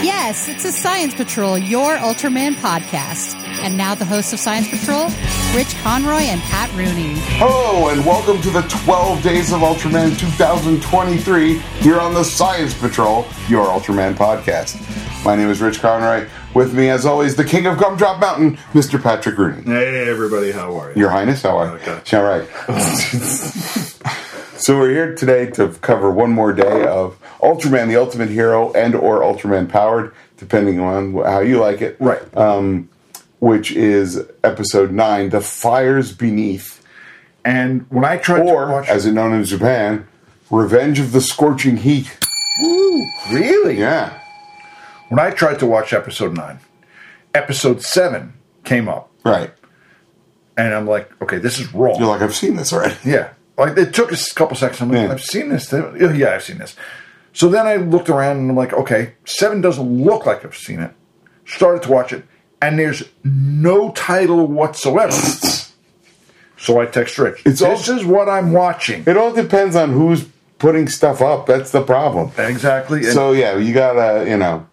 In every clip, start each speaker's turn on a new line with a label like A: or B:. A: Yes, it's a Science Patrol, your Ultraman podcast. And now the hosts of Science Patrol, Rich Conroy and Pat Rooney.
B: Hello, and welcome to the 12 Days of Ultraman 2023 here on the Science Patrol, your Ultraman podcast. My name is Rich Conroy. With me, as always, the king of Gumdrop Mountain, Mr. Patrick Rooney.
C: Hey everybody, how are you?
B: Your Highness, how are you?
C: Okay.
B: All right. so we're here today to cover one more day of Ultraman, the Ultimate Hero, and or Ultraman Powered, depending on wh- how you like it.
C: Right.
B: Um, which is episode nine, The Fires Beneath.
C: And when I tried to
B: or
C: watch,
B: as it known in Japan, Revenge of the Scorching Heat.
C: really,
B: Yeah,
C: when I tried to watch episode nine, episode seven came up,
B: right.
C: and I'm like, okay, this is wrong.
B: You're like, I've seen this already.
C: yeah, like it took us a couple seconds. I'm like,
B: Yeah.
C: I've seen this. oh, Yeah, I've seen this. So then I looked around and I'm like, okay, seven doesn't look like I've seen it. Started to watch it, and there's no title whatsoever. so I text Rich.
B: It's all-
C: this is what I'm watching.
B: It all depends on who's putting stuff up. That's the problem.
C: Exactly. and-
B: So yeah, you gotta, you know,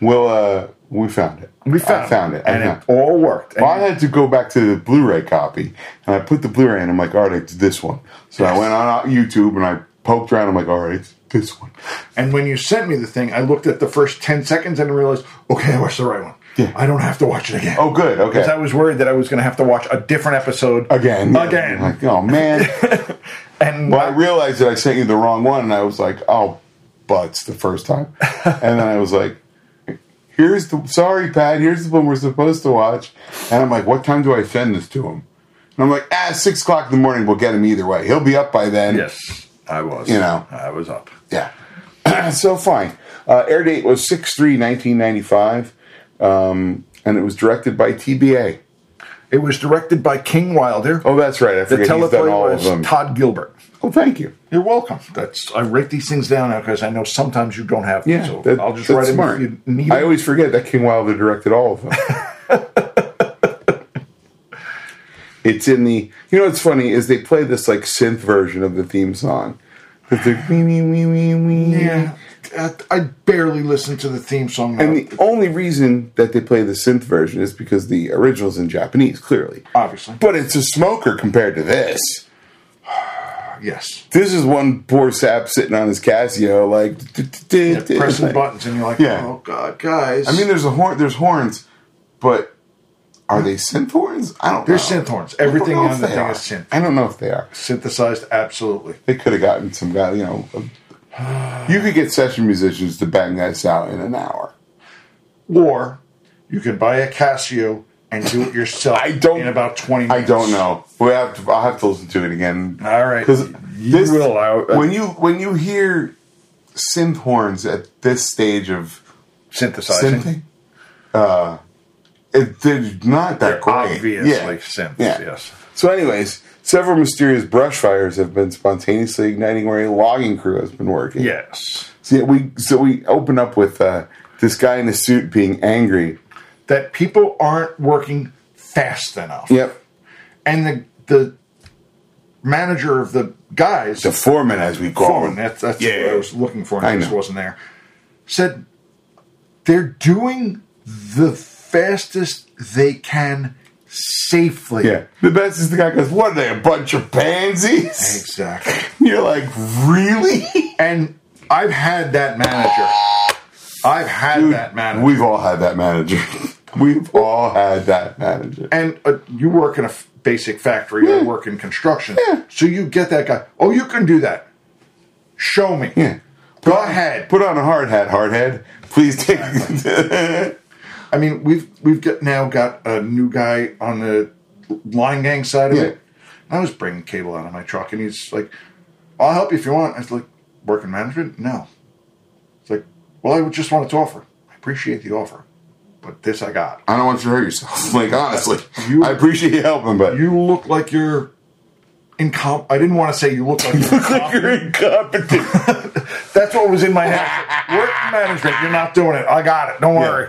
B: we'll uh, we found it.
C: We found,
B: I found it. I
C: and
B: found
C: it all worked. And
B: Well, I had to go back to the Blu-ray copy, and I put the Blu-ray in. I'm like, all right, it's this one. So I went on uh, YouTube and I poked around. I'm like, all right, it's this one.
C: And when you sent me the thing, I looked at the first 10 seconds and realized, okay, I watched the right one.
B: Yeah.
C: I don't have to watch it again.
B: Oh, good. Okay.
C: Because I was worried that I was going to have to watch a different episode
B: again,
C: Again.
B: Like, oh man.
C: and
B: Well, I realized that I sent you the wrong one, and I was like, "Oh, butts!" the first time, and then I was like, "Here's the sorry, Pat. Here's the one we're supposed to watch." And I'm like, "What time do I send this to him?" And I'm like, "Ah, six o'clock in the morning. We'll get him either way. He'll be up by then."
C: yes, I was.
B: You know.
C: I was up.
B: Yeah. so fine. Uh, air date was six three nineteen ninety five, um, and it was directed by TBA.
C: It was directed by King Wilder.
B: Oh, that's right. I
C: the
B: forget he's done
C: teleplay
B: all of
C: was
B: them.
C: Todd Gilbert.
B: oh, thank you.
C: You're welcome. That's I write these things down now because I know sometimes you don't have. them,
B: Yeah,
C: so
B: that-
C: I'll just
B: that's
C: write them
B: smart.
C: if you need.
B: I
C: them.
B: always forget that King Wilder directed all of them. it's in the. You know what's funny is they play this like synth version of the theme song. It's like, wee, wee, wee, wee, wee.
C: yeah, uh, I barely listened to the theme song. now.
B: And the only reason that they play the synth version is because the original's in Japanese, clearly.
C: obviously,
B: But it's a smoker compared to this.
C: yes.
B: This is one poor sap sitting on his Casio, like
C: Yeah, pressing
B: like-
C: buttons, and you're like,
B: Yeah.
C: oh god, guys.
B: I mean, there's a horn. There's horns, but are they synth horns? I don't.
C: There's
B: know.
C: synth horns.
B: I don't
C: Everything
B: know
C: on
B: if
C: the
B: they
C: thing
B: are.
C: is synth.
B: I don't know if they are.
C: synthesized, absolutely.
B: They could have gotten some guy. You know, a- you could get session musicians to bang this out in an hour.
C: Or you can buy a Casio and do it yourself.
B: I don't-
C: in about twenty.
B: I
C: minutes.
B: don't know. We have to. I'll have to listen to it again.
C: All right.
B: because
C: You
B: this
C: will. I-
B: when you when you hear synth horns at this stage of
C: synthesizing.
B: synthing, uh, it, they're not that
C: They're
B: great.
C: obviously
B: Yeah.
C: synths.
B: Yeah.
C: Yes.
B: So, anyways, several mysterious brush fires have been spontaneously igniting where a logging crew has been working.
C: Yes.
B: So yeah, we so we open up with uh, this guy in a suit being angry.
C: That people aren't working fast enough.
B: Yep.
C: And the the manager of the guys,
B: The foreman, as we call
C: foreman,
B: him.
C: that's, that's
B: yeah.
C: what I was looking for, and
B: I
C: I just
B: know.
C: wasn't there. Said they're doing the fastest they can safely.
B: yeah. The best is the guy goes, "What are they, a bunch of pansies?"
C: Exactly.
B: You're like, really?
C: And I've had that manager. I've had that manager.
B: We've all had that manager. We've all had that manager.
C: and uh, you work in a f- basic factory. I work in construction.
B: Yeah.
C: So you get that guy. Oh, you can do that. Show me.
B: Yeah.
C: Go ahead.
B: Put on a hard hat, hard head. Please take.
C: I mean, we've we've got now got a new guy on the line gang side of
B: Yeah.
C: it. And I was bringing cable out of my truck, and he's like, "I'll help you if you want." I was like, "Work in management? No." It's like, "Well, I would just wanted to offer. I appreciate the offer, but this I got."
B: I don't want you to hurt yourself. Like honestly,
C: You-
B: I appreciate you helping, but
C: You look like you're incom. I didn't want to say you look like you're incompetent.
B: you're incompetent.
C: That's what was in my head. Work management. You're not doing it. I got it. Don't worry.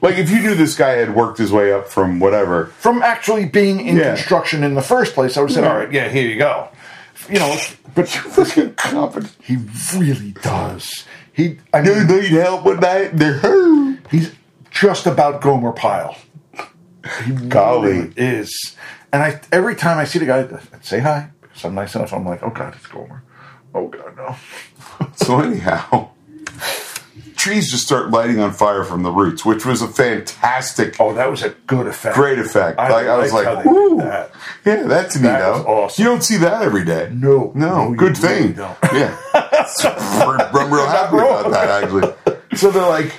B: like if you knew this guy had worked his way up from whatever,
C: From actually being in
B: Yeah.
C: construction in the first place, I would have said,
B: Yeah.
C: "All right, yeah, here you go." You know, but
B: but you're fucking incompetent.
C: he really does. He, I
B: You
C: mean,
B: need help with that? They're-
C: he's just about Gomer Pyle.
B: Golly.
C: is. And I every time I see the guy, I'd say hi because I'm nice enough. I'm like, oh god, it's Gomer. Oh god, no.
B: So anyhow, trees just start lighting on fire from the roots, which was a fantastic,
C: Oh, that was a good effect.
B: great effect.
C: I
B: like I was
C: liked how
B: like,
C: they did
B: "Ooh,
C: that."
B: yeah, that's neat.
C: That was awesome.
B: You don't see that every day.
C: No.
B: no,
C: No, you
B: good
C: really
B: thing.
C: don't.
B: Yeah, we're, I'm real happy about that actually. So they're like,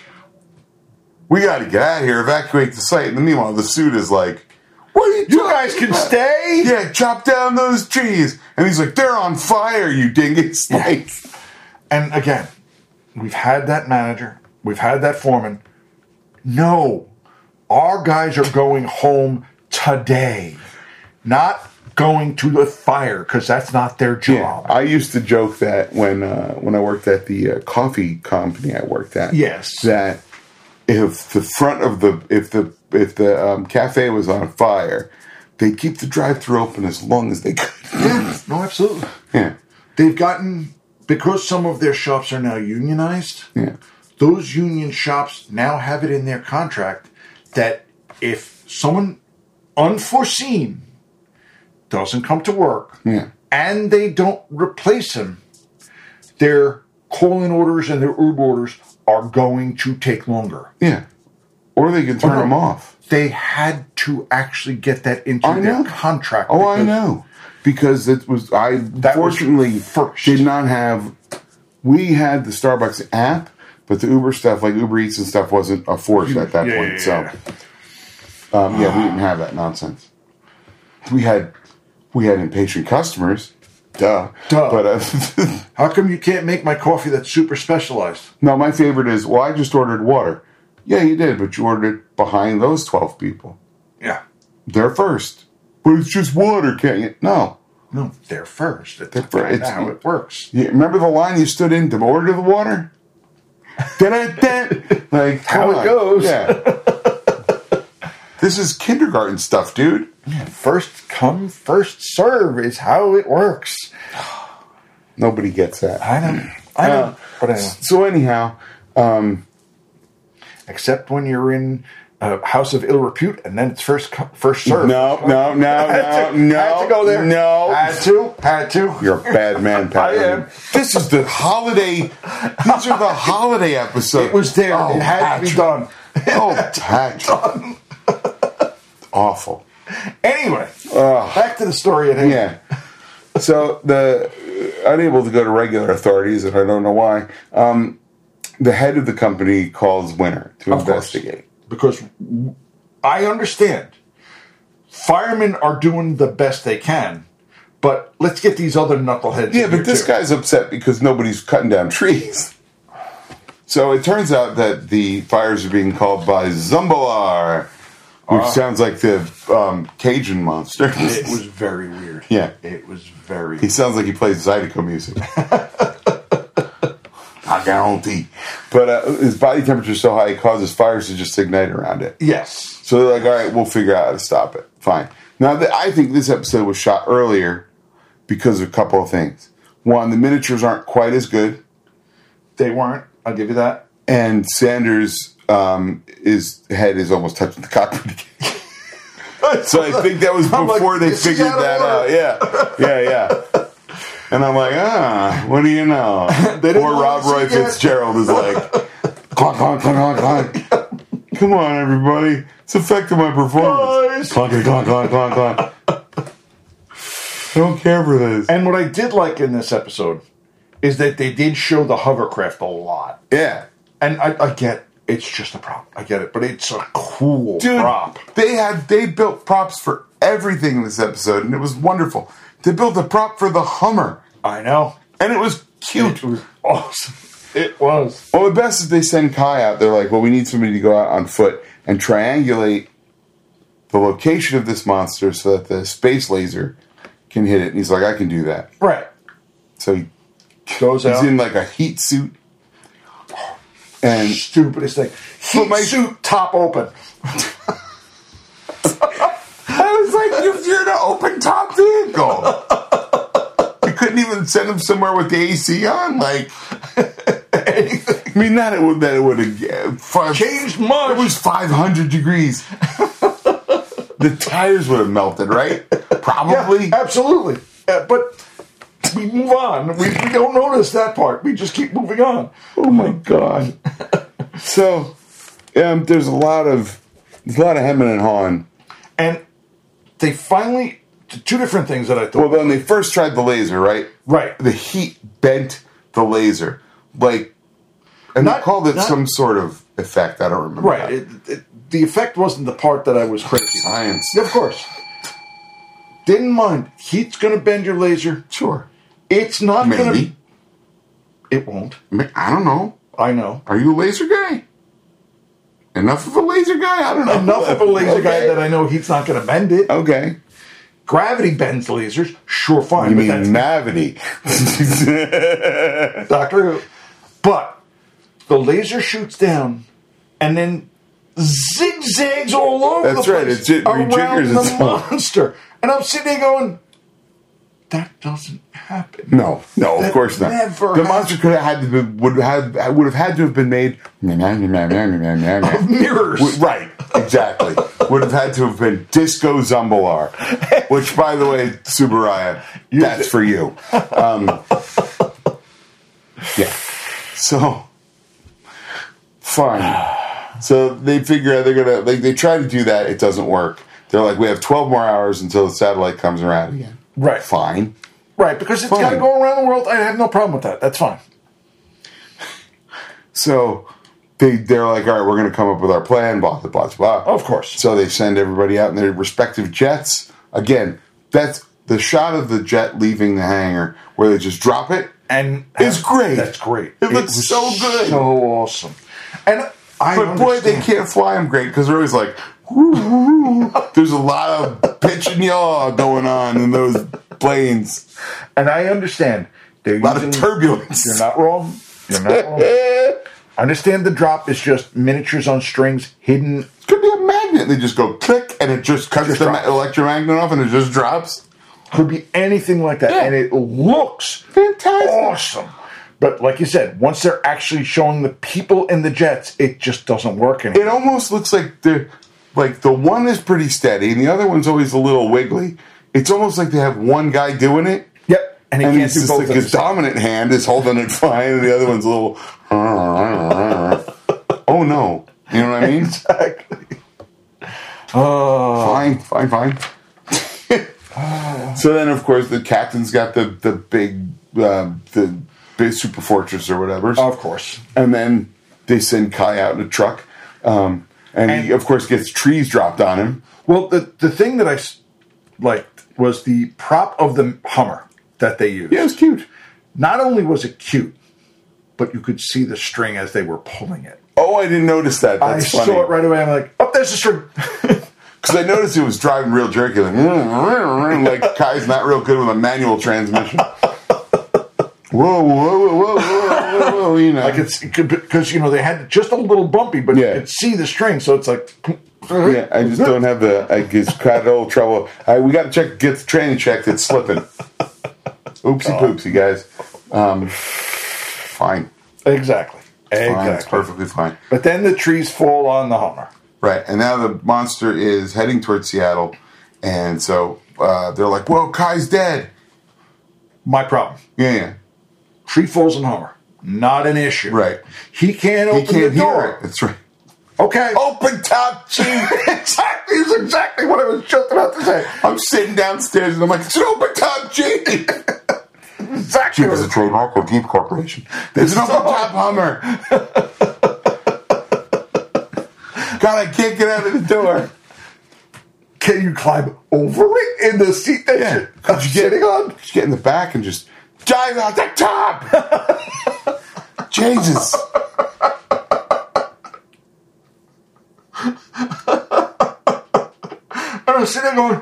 B: we got to get out of here, evacuate the site. And meanwhile, the suit is like, what are you?
C: You
B: talking
C: guys can
B: about?
C: stay.
B: Yeah, chop down those trees. And he's like, they're on fire, you dingus. Like,
C: And again, we've had that manager, we've had that foreman. No, our guys are going home today, not going to the fire because that's not their
B: Yeah,
C: job.
B: I used to joke that when uh, when I worked at the uh, coffee company I worked at.
C: Yes.
B: that if the front of the if the if the um, cafe was on fire, they'd keep the drive-through open as long as they could.
C: yeah no, absolutely.
B: yeah,
C: They've gotten because some of their shops are now unionized.
B: yeah,
C: Those union shops now have it in their contract that if someone unforeseen doesn't come to work
B: Yeah.
C: and they don't replace him, their call-in orders and their Uber orders are going to take longer.
B: yeah. Or they can turn
C: no.
B: them off.
C: They had to actually get that into
B: I
C: their
B: know.
C: contract.
B: Oh, I
C: because
B: know. Because it was I
C: That was
B: fortunately
C: first.
B: did not have we had the Starbucks app, but the Uber stuff like Uber Eats and stuff wasn't a force at that
C: Yeah,
B: point.
C: yeah,
B: So um, yeah, we didn't have that nonsense. We had we had impatient customers. Duh.
C: Duh.
B: But uh,
C: How come you can't make my coffee that's super specialized?
B: no, my favorite is well, I just ordered water. Yeah, you did, but you ordered it behind those twelve people.
C: Yeah.
B: They're first. But it's just water, can't you? No.
C: No, they're first. At
B: They're fir-
C: That's
B: it's-
C: how it works.
B: Yeah, remember the line you stood in to order the water? Da-da-da. like
C: How
B: come
C: it
B: on.
C: goes.
B: Yeah. this is kindergarten stuff, dude.
C: First come, first serve is how it works.
B: Nobody gets that.
C: I know. I know.
B: Uh,
C: but anyway,
B: So anyhow,
C: except when you're in a house of ill repute, and then it's first come, first serve.
B: no, no, no, no, no.
C: had to go there.
B: No.
C: Had to. Had to.
B: You're a bad man, Pat.
C: I am.
B: This is the holiday. These are the holiday episodes.
C: it was there.
B: Oh,
C: it had to be
B: Patrick.
C: done.
B: Oh, Patrick. Awful.
C: Anyway, back to the story at hand.
B: Yeah. So the uh, unable to go to regular authorities, and I don't know why. Um, the head of the company calls Winner to
C: Of course.
B: investigate.
C: Because I understand firemen are doing the best they can, but let's get these other knuckleheads.
B: Yeah,
C: in
B: but
C: here,
B: this
C: too.
B: guy's upset because nobody's cutting down trees. So it turns out that the fires are being called by Zumbalar, which sounds like the um, Cajun monster.
C: Ah. It was very weird.
B: Yeah.
C: It was very
B: He sounds like he plays Zydeco music. I guarantee. But uh, his body temperature is so high, it causes fires to just ignite around it.
C: Yes.
B: So they're like, all right, we'll figure out how to stop it. Fine. Now, th- I think this episode was shot earlier because of a couple of things. One, the miniatures aren't quite as good,
C: They weren't. I'll give you that.
B: and Sanders' um, his head is almost touching the cockpit. so I think that was
C: I'm like,
B: before they
C: this is
B: figured
C: out of
B: that out. Yeah, yeah, yeah. And I'm like, ah, what do you know?
C: didn't
B: Or
C: know
B: Rob
C: this
B: Roy
C: yet.
B: Fitzgerald is like, clunk, clunk, clunk, clunk, clunk. Come on, everybody, it's affecting my performance.
C: Guys.
B: Clunk, clunk, clunk, clunk, clunk. I don't care for this.
C: And what I did like in this episode is that they did show the hovercraft a lot.
B: Yeah.
C: And I, I get it's just a prop. I get it. But it's a cool
B: Dude,
C: prop.
B: They had they built props for everything in this episode, and it was wonderful. They built a prop for the Hummer,
C: I know.
B: and it was cute.
C: It was awesome. It was.
B: Well, the best is they send Kai out. They're like, well, we need somebody to go out on foot and triangulate the location of this monster so that the space laser can hit it. And he's like, I can do that.
C: Right.
B: So he,
C: Goes
B: he's
C: out.
B: in like a heat suit. And
C: Stupidest thing. Heat
B: my-
C: suit top open.
B: I was like, you- you're an open top vehicle. You couldn't even send him somewhere with the AC on. Like,
C: anything.
B: I mean, not it would, that it would have five,
C: Changed much.
B: It was 500 degrees. the tires would have melted, right? Probably.
C: Yeah, absolutely. Uh, but we move on. We, we don't notice that part. We just keep moving on.
B: Oh my god. so, um, there's a lot of there's a lot of hemming and hawing.
C: And they finally, two different things that I
B: Well,
C: thought.
B: when they first tried the laser, right?
C: right.
B: The heat bent the laser, like, and
C: Not-
B: they called it
C: not-
B: some sort of effect. I don't remember.
C: Right. It, it, the effect wasn't the part that I was crazy.
B: Science.
C: Of course. Didn't mind. Heat's going to bend your laser.
B: Sure.
C: It's not going to.
B: Maybe.
C: It won't.
B: I mean, I don't know.
C: I know.
B: Are you a laser guy? Enough of a laser guy? I don't know.
C: Enough of a laser guy
B: Okay.
C: that I know heat's not going to bend it.
B: Okay.
C: Gravity bends lasers. Sure, fine.
B: You
C: but
B: mean
C: that's
B: Navity?
C: Doctor Who. But the laser shoots down and then zigzags all over
B: That's
C: the
B: right,
C: place
B: it j-
C: around
B: rejiggers
C: the
B: itself.
C: monster. And I'm sitting there going, that doesn't happen.
B: No, no, of
C: That
B: course not.
C: never
B: the monster could have had to be, would have would have had to have been made.
C: Mirrors.
B: Would- right, exactly. would have had to have been Disco Zumbalar, which, by the way, Subaraya, that's for you. Um, yeah. So fine. So they figure out they're gonna like they try to do that. It doesn't work. They're like, we have twelve more hours until the satellite comes around again.
C: Right.
B: Fine.
C: Right, because it's got to
B: Fine.
C: go around the world. I have no problem with that. That's fine.
B: So they they're like, all right, we're going to come up with our plan, blah blah blah blah.
C: Of course.
B: So they send everybody out in their respective jets. Again, that's the shot of the jet leaving the hangar where they just drop it.
C: And
B: It's great.
C: That's great.
B: It looks
C: was
B: so good.
C: So awesome. And I
B: But boy, they
C: understand.
B: can't fly them great because they're always like, "Woo, woo, woo." there's a lot of pitch and yaw going on in those planes.
C: And I understand. They're
B: A lot of turbulence.
C: You're not wrong. You're not wrong. I understand the drop is just miniatures on strings hidden.
B: Could be a magnet. They just go click and it just cuts
C: Just
B: the
C: drops.
B: ma- electromagnet off and it just drops.
C: Could be anything like that.
B: Yeah.
C: And it looks
B: Fantastic.
C: awesome. But like you said, once they're actually showing the people in the jets, it just doesn't work anymore.
B: it almost looks like they're like the one is pretty steady and the other one's always a little wiggly. It's almost like they have one guy doing it.
C: yep. And he
B: And
C: can't
B: he's
C: do
B: just
C: both
B: like
C: of
B: his
C: them.
B: dominant hand is holding it fine, and the other one's a little. oh no! You know what I mean?
C: Exactly.
B: Fine, fine, fine. so then, of course, the captain's got the the big uh, the big super fortress or whatever.
C: Of course.
B: and then they send Kai out in a truck, um, and,
C: And-
B: he of course gets trees dropped on him.
C: Well, the, the thing that I s- liked was the prop of the Hummer that they used.
B: Yeah, it was cute.
C: Not only was it cute, but you could see the string as they were pulling it.
B: Oh, I didn't notice that.
C: I
B: That's funny.
C: saw it right away. I'm like, oh, there's a string.
B: Because I noticed it was driving real jerky, like, like Kai's not real good with a manual transmission. Whoa, whoa, whoa, whoa, whoa, whoa, whoa, you know.
C: like it's because you know they had just a little bumpy, but you
B: Yeah.
C: could see the string, so it's like
B: yeah, I just don't have the. I just got old trouble. I, we got to check, get the training checked. It's slipping.
C: Oh.
B: Oopsie poopsie, guys. Um, fine.
C: exactly,
B: Fine. It's
C: exactly.
B: perfectly fine.
C: But then the trees fall on the Hummer.
B: Right, and now the monster is heading towards Seattle, and so uh, they're like, "Whoa, Kai's dead!"
C: My problem:
B: Yeah, yeah.
C: tree falls on Hummer, not an issue.
B: Right.
C: He can't Oh, open
B: He can't
C: the door.
B: hear it. That's right.
C: Okay.
B: Open top cheese.
C: exactly is exactly what I was just about to say.
B: I'm sitting downstairs and I'm like, it's an open top cheese.
C: Exactly. what I was-
B: trademark of Deep Corporation. There's an open top Hummer. God, I can't get out of the door.
C: Can you climb over it in the seat that
B: Yeah.
C: you- I'm sitting on?
B: Just get in the back and just dive out the top. Jesus.
C: And I'm sitting there going,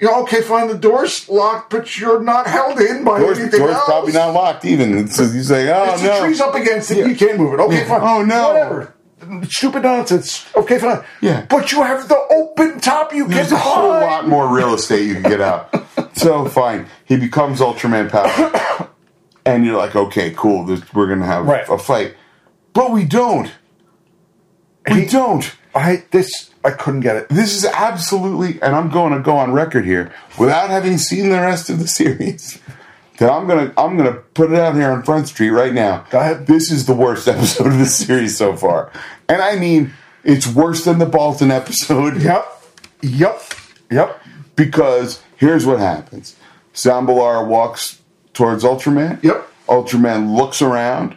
C: you know, okay, fine, the door's locked, but you're not held in by
B: Door's,
C: anything
B: door's
C: else.
B: probably not locked even. So you say, oh
C: If the
B: no.
C: tree's up against it, you can move it. Okay,
B: Yeah.
C: fine.
B: Oh, no.
C: Whatever. Stupid nonsense. Okay, fine.
B: Yeah.
C: But you have the open top. You
B: There's
C: can
B: a whole
C: climb.
B: lot more real estate you can get out. so fine, he becomes Ultraman power, and you're like, okay, cool, this, we're gonna have
C: Right.
B: a fight, but we don't. We
C: He-
B: don't.
C: I this I couldn't get it.
B: This is absolutely, and I'm going to go on record here without having seen the rest of the series. That I'm gonna, I'm gonna put it out here on Front Street right now.
C: Go ahead.
B: This is the worst episode of the series so far, and I mean, it's worse than the Balton episode.
C: Yep. Yep. Yep.
B: Because here's what happens: Zambalara walks towards Ultraman.
C: Yep.
B: Ultraman looks around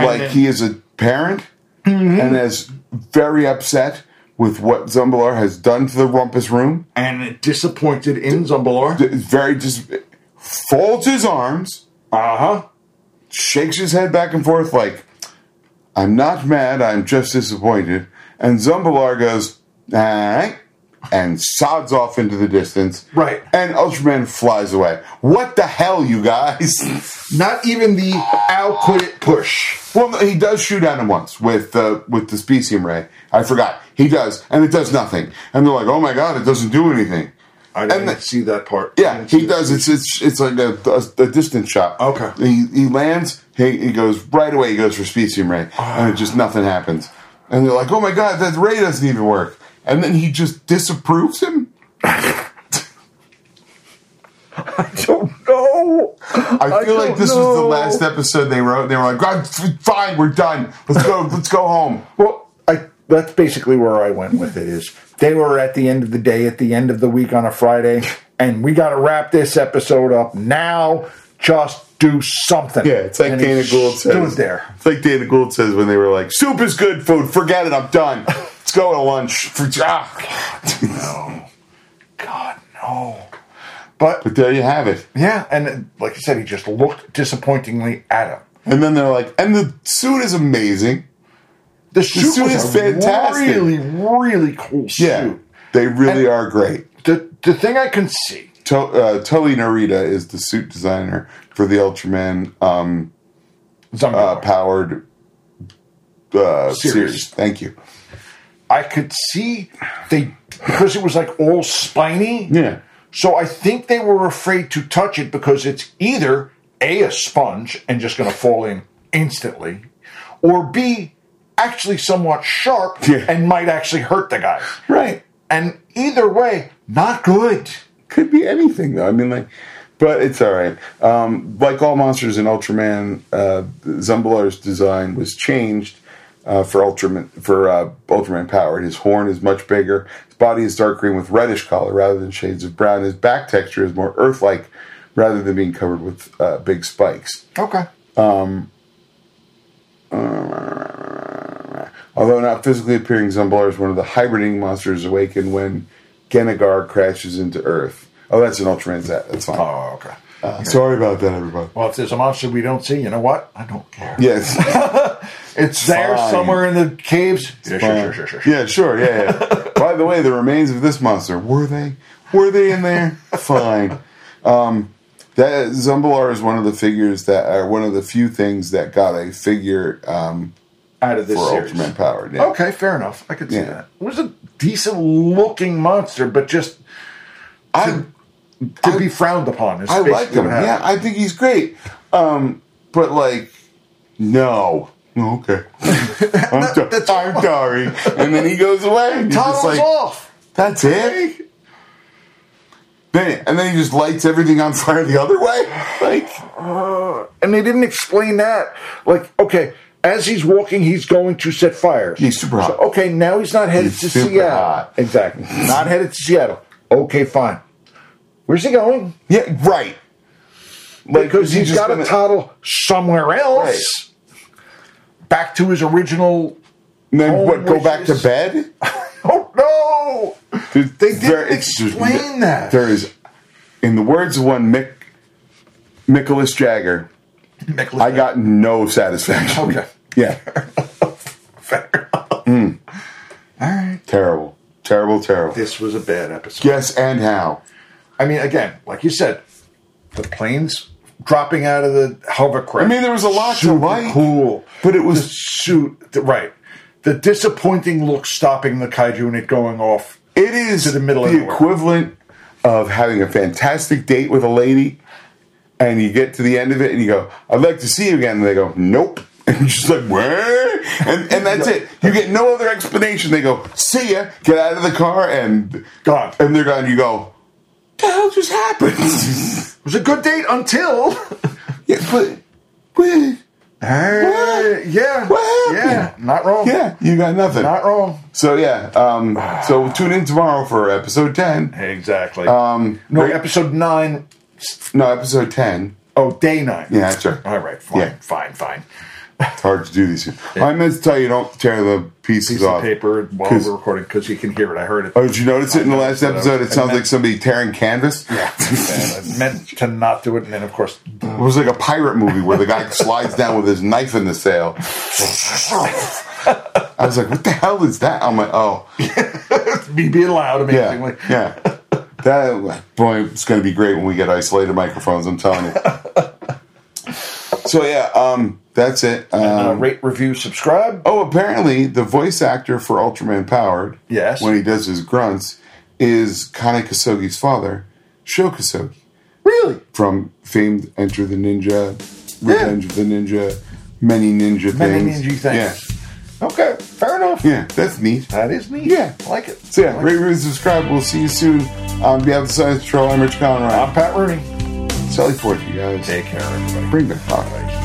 B: like
C: then-
B: he is a parent and is very upset with what Zambalar has done to the rumpus room.
C: And disappointed in Zumbalor.
B: Is Very just folds his arms,
C: Uh huh.
B: shakes his head back and forth like, "I'm not mad. I'm just disappointed." And Zambalar goes, "All right." And sods off into the distance.
C: Right.
B: And Ultraman flies away. What the hell, you guys?
C: Not even the Al quit it push.
B: Well, no, he does shoot at him once with the with the specium ray. I forgot he does, and it does nothing. And they're like, "Oh my god, it doesn't do anything."
C: I didn't
B: And the-
C: see that part. I
B: Yeah,
C: didn't see
B: he
C: that.
B: does. It's it's it's like a, a, a distance shot.
C: Okay.
B: He, he lands. He, he goes right away. He goes for specium ray, and it just nothing happens. And they're like, "Oh my god, that ray doesn't even work." And then he just disapproves him.
C: I
B: Oh,
C: don't know.
B: I feel like
C: don't
B: this was the
C: know.
B: last episode they wrote. They were like, "God, f- fine, we're done. Let's go. let's go home."
C: Well, I that's basically where I went with it is they were at the end of the day, at the end of the week on a Friday, and we gotta wrap this episode up now. Just do something.
B: Yeah, it's like
C: And he
B: Dana Gould says.
C: stood there.
B: It's like Dana Gould says when they were like, "Soup is good food. Forget it. I'm done. Let's go to lunch." For, ah.
C: God no. But
B: But there you have it.
C: yeah, and uh, like I said, he just looked disappointingly at him.
B: And then they're like, "And the suit is amazing."
C: The suit,
B: suit
C: was
B: is
C: a
B: fantastic.
C: Really, really cool suit.
B: Yeah, they really
C: And-
B: are great.
C: The the thing I can see
B: To, uh, Tully Narita is the suit designer for the Ultraman um,
C: Zombie
B: uh,
C: Lord,
B: powered uh,
C: Series.
B: series. Thank you.
C: I could see they because it was like all spiny.
B: Yeah.
C: So I think they were afraid to touch it because it's either A, a sponge and just going to fall in instantly, or B, actually somewhat sharp
B: Yeah.
C: and might actually hurt the guy.
B: Right.
C: And either way, not good.
B: could be anything though. I mean, like, but it's all right. Um, like all monsters in Ultraman, uh, Zumbalar's design was changed uh, for Ultraman for uh, Ultraman Powered. His horn is much bigger. His body is dark green with reddish color rather than shades of brown. His back texture is more Earth-like rather than being covered with uh, big spikes.
C: Okay.
B: Although not physically appearing, Zumbalar is one of the hibernating monsters awakened when Genegar crashes into Earth. Oh, that's an Ultraman Zet. That's fine.
C: Oh, okay.
B: Uh, sorry about that, everybody.
C: Well, if there's a monster we don't see, you know what? I don't care.
B: Yes.
C: It's there
B: Fine.
C: somewhere in the caves. Yeah,
B: Uh,
C: sure, sure, sure, sure, sure.
B: Yeah, sure, yeah, yeah. By the way, the remains of this monster were they were they in there? Fine. Um, that Zumbalar is one of the figures that are one of the few things that got a figure um,
C: Out of this
B: for
C: series.
B: Ultraman powered. Yeah.
C: Okay, fair enough. I could see
B: Yeah.
C: that. It was a decent looking monster, but just
B: I
C: to be frowned upon. Is
B: I like
C: basically
B: him.
C: what happened.
B: Yeah, I think he's great. Um, but like, no. Okay. I'm, so- I'm sorry. And then he goes away. and you're just
C: Toddles
B: like,
C: off.
B: That's it. Then and then he just lights everything on fire the other way. Like
C: And they didn't explain that. Like, okay, as he's walking, he's going to set fires.
B: He's super hot.
C: So, okay, now he's not headed
B: He's
C: to
B: super
C: Seattle.
B: hot.
C: Exactly. not headed to Seattle. Okay, fine. Where's he going?
B: yeah, right. Like,
C: because
B: is he
C: he's
B: just
C: got to
B: gonna-
C: toddle somewhere else. Back to his original.
B: And then
C: Oh,
B: what? Go back to
C: wishes.
B: bed.
C: Oh no!
B: They
C: didn't explain that.
B: There is, in the words of one Mick, Nicholas Jagger,
C: Nicholas
B: I got no satisfaction.
C: Okay.
B: Yeah. Hmm.
C: All right.
B: terrible. Terrible. Terrible.
C: This was a bad episode.
B: yes, and how?
C: I mean, again, like you said, the planes dropping out of the hovercraft.
B: I mean, there was a lot to
C: Super
B: like,
C: cool,
B: but it was-
C: the suit. the- right, the disappointing look stopping the kaiju and it going off.
B: It is
C: To the middle of
B: the
C: nowhere.
B: equivalent of having a fantastic date with a lady and you get to the end of it and you go, I'd like to see you again. And they go, nope. And you're just like, where? And, and that's it. You get no other explanation. They go, see ya, get out of the car, and
C: Gone.
B: And they're gone. You go, the hell just happened?
C: It was a good date until.
B: yeah, but, but,
C: Uh, yeah.
B: What
C: Yeah.
B: happened?
C: Not wrong.
B: yeah, you got nothing.
C: Not wrong.
B: So, yeah, um, so tune in tomorrow for episode 10.
C: Exactly. Um, no, episode nine.
B: No, episode 10.
C: Oh, day nine.
B: Yeah, that's right.
C: All right. Fine.
B: Yeah.
C: Fine. Fine.
B: It's hard to do these. I meant to tell you, don't tear the pieces
C: Piece
B: off.
C: of paper while
B: 'Cause-
C: we're recording because you can hear it. I heard it.
B: Oh, did you notice it in the last
C: I noticed
B: episode?
C: it.
B: It sounds
C: I
B: like somebody tearing canvas.
C: Yeah. and I meant to not do it, and then of course,
B: It was like a pirate movie where the guy slides down with his knife in the sail. I was like, "What the hell is that?" I'm like, "Oh,
C: me being loud
B: yeah,
C: amazingly.
B: yeah." That boy, it's going to be great when we get isolated microphones. I'm telling you. So yeah, um, that's it.
C: Uh,
B: Um,
C: rate, review, subscribe.
B: oh, apparently the voice actor for Ultraman Powered,
C: Yes.
B: when he does his grunts, is Kane Kasogi's father, Sho Kasogi.
C: really?
B: from famed Enter the Ninja, Revenge of the Ninja, many ninja
C: Many
B: things.
C: ninja things. Okay, fair enough.
B: Yeah, yeah, that's neat.
C: That is neat.
B: Yeah.
C: I like it.
B: So yeah,
C: I like
B: rate,
C: it.
B: review, subscribe. We'll see you soon. On behalf of the Science Patrol, I'm Rich
C: I'm
B: Conrad.
C: Pat Rooney.
B: Sally Forth, you guys.
C: Take care, everybody.
B: Bring the fire.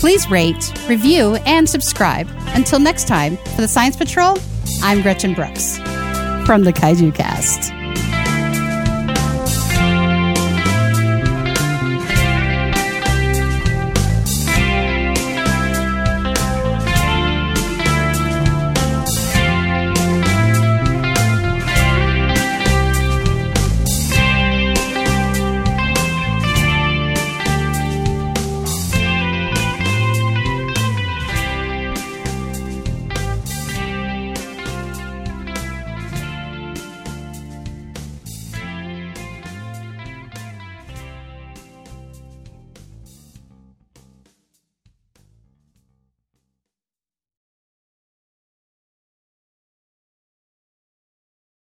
A: Please rate, review, and subscribe. Until next time, for the Science Patrol, I'm Gretchen Brooks from the Kaiju Cast.